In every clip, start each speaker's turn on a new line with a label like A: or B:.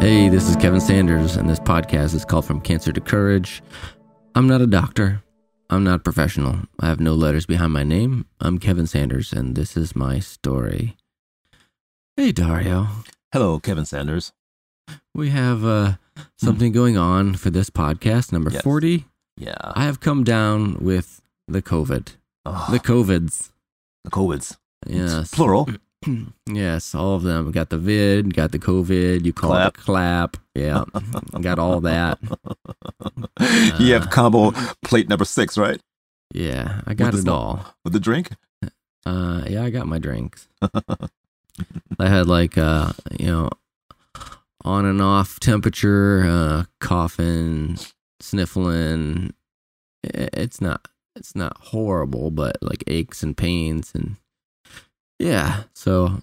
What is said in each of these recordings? A: Hey, this is Kevin Sanders, and this podcast is called From Cancer to Courage. I'm not a doctor. I'm not professional. I have no letters behind my name. I'm Kevin Sanders, and this is my story. Hey, Dario.
B: Hello, Kevin Sanders.
A: We have uh, something going on for this podcast, number
B: Yes.
A: 40.
B: Yeah.
A: I have come down with the COVID.
B: Ugh,
A: The COVIDs.
B: the COVIDs.
A: Yes.
B: It's plural.
A: Yes, all of them. Got the vid, got the COVID, you call it the clap. Yeah. got all that. Uh.
B: you have combo plate number six, right?
A: Yeah, I got
B: the
A: it
B: sm-
A: all.
B: With the drink?
A: Uh, yeah, I got my drinks. I had like uh, you know, on and off temperature, uh, coughing, sniffling. I- It's not, it's not horrible, but like aches and pains and yeah. So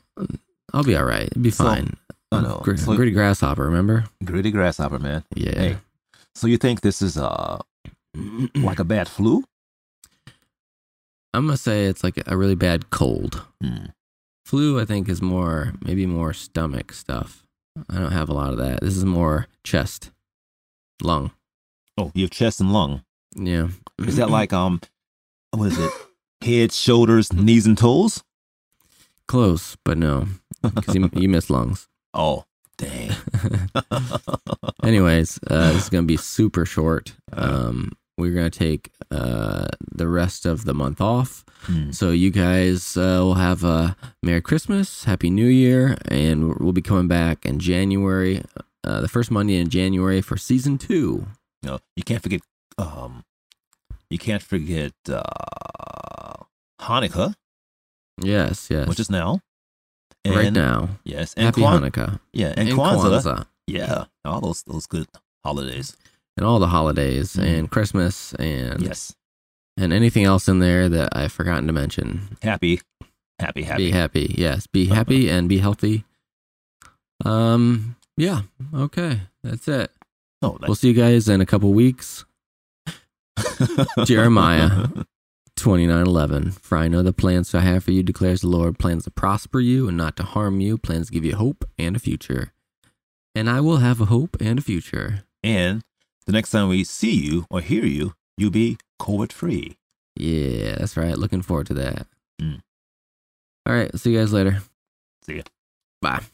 A: I'll be all right. It'll be
B: So-
A: fine.
B: I
A: I'm
B: know.
A: gr-
B: So-
A: gritty grasshopper, remember?
B: Gritty grasshopper, man.
A: Yeah.
B: Hey. So you think this is uh
A: Mm.
B: like a bad flu?
A: I'm gonna say it's like a really bad cold.
B: Hmm.
A: Flu, I think, is more maybe more stomach stuff. I don't have a lot of that. This is more chest, lung.
B: Oh, you have chest and lung.
A: Yeah.
B: Is that like um what is it? Head, shoulders, knees and toes?
A: close? But no, because you, you miss lungs.
B: Oh, dang. Hmm.
A: Anyways, uh, this is gonna be super short. Um, we're gonna take uh, the rest of the month off,
B: Hmm.
A: so you guys uh, will have a Merry Christmas, Happy New Year, and we'll be coming back in January, uh, the first Monday in January for season two.
B: No, you can't forget um you can't forget uh Hanukkah,
A: Yes, yes.
B: which is now. And,
A: right now.
B: Yes, and
A: Happy
B: Kwan-
A: Hanukkah
B: Yeah, and, Kwanzaa, Yeah, all those those good holidays.
A: and all the holidays
B: Mhm.
A: and Christmas and
B: Yes,
A: and anything else in there that I've forgotten to mention.
B: happy, happy, happy. Uh-huh.
A: Be happy, yes. Be happy and be healthy. Um. Yeah. Okay. That's it.
B: No, Oh, that-
A: We'll see you guys in a couple weeks. Jeremiah. 2911 For I know the plans I have for you, declares the Lord plans to prosper you and not to harm you, plans to give you hope and a future. And I will have a hope and a future.
B: and the next time we see you or hear you, you be COVID free.
A: Yeah, that's right. Looking forward to that.
B: Mm.
A: All right. See you guys later.
B: See ya.
A: Bye.